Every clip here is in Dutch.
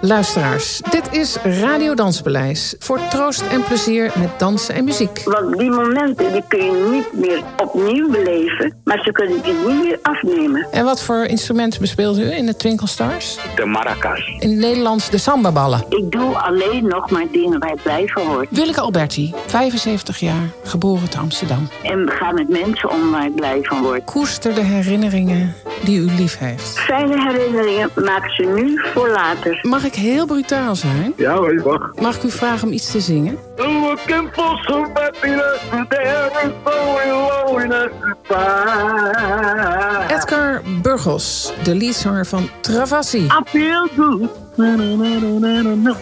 Luisteraars, dit is Radio Danspaleis. Voor troost en plezier met dansen en muziek. Want die momenten die kun je niet meer opnieuw beleven, maar ze kunnen je niet meer afnemen. En wat voor instrumenten bespeelt u in de Twinkle Stars? De maracas. In het Nederlands de sambaballen. Ik doe alleen nog maar dingen waar ik blij van word. Willeke Alberti, 75 jaar, geboren te Amsterdam. En ga met mensen om waar ik blij van word. Koester de herinneringen die u lief heeft. Fijne herinneringen maak ze nu voor later. Mag ik heel brutaal zijn? Ja hoor, wacht. Mag ik u vragen om iets te zingen? Look and for some happiness, there is only loneliness inside. Edgar Burgos, de leadzanger van Travassi. I feel good. Na, na, na, na, na, na.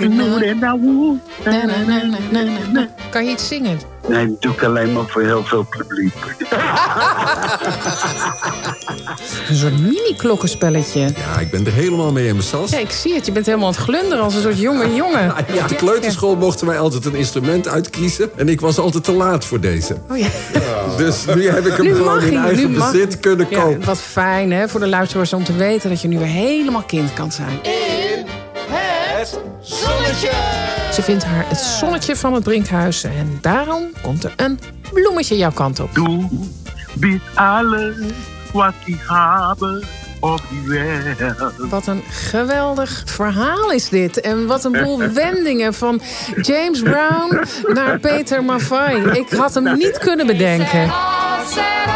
I know that I would. Na, na, na, na, na, na, na. Kan je iets zingen? Nee, dat doe ik alleen maar voor heel veel publiek. Een soort mini-klokkenspelletje. Ja, ik ben er helemaal mee in mijn sas. Ja, ik zie het. Je bent helemaal aan het glunderen als een soort jonge jongen. Ja, op de kleuterschool mochten wij altijd een instrument uitkiezen. En ik was altijd te laat voor deze. Oh ja. Dus nu heb ik hem Nu gewoon mag in hij, eigen nu mag bezit kunnen Ja, kopen. wat fijn hè, voor de luisteraars om te weten dat je nu weer helemaal kind kan zijn. Ze vindt haar het zonnetje van het Brinkhuis en daarom komt er een bloemetje jouw kant op. Du bist alles, was ich habe auf die Welt. Wat een geweldig verhaal is dit. En wat een boel wendingen van James Brown naar Peter Maffay. Ik had hem niet kunnen bedenken. All said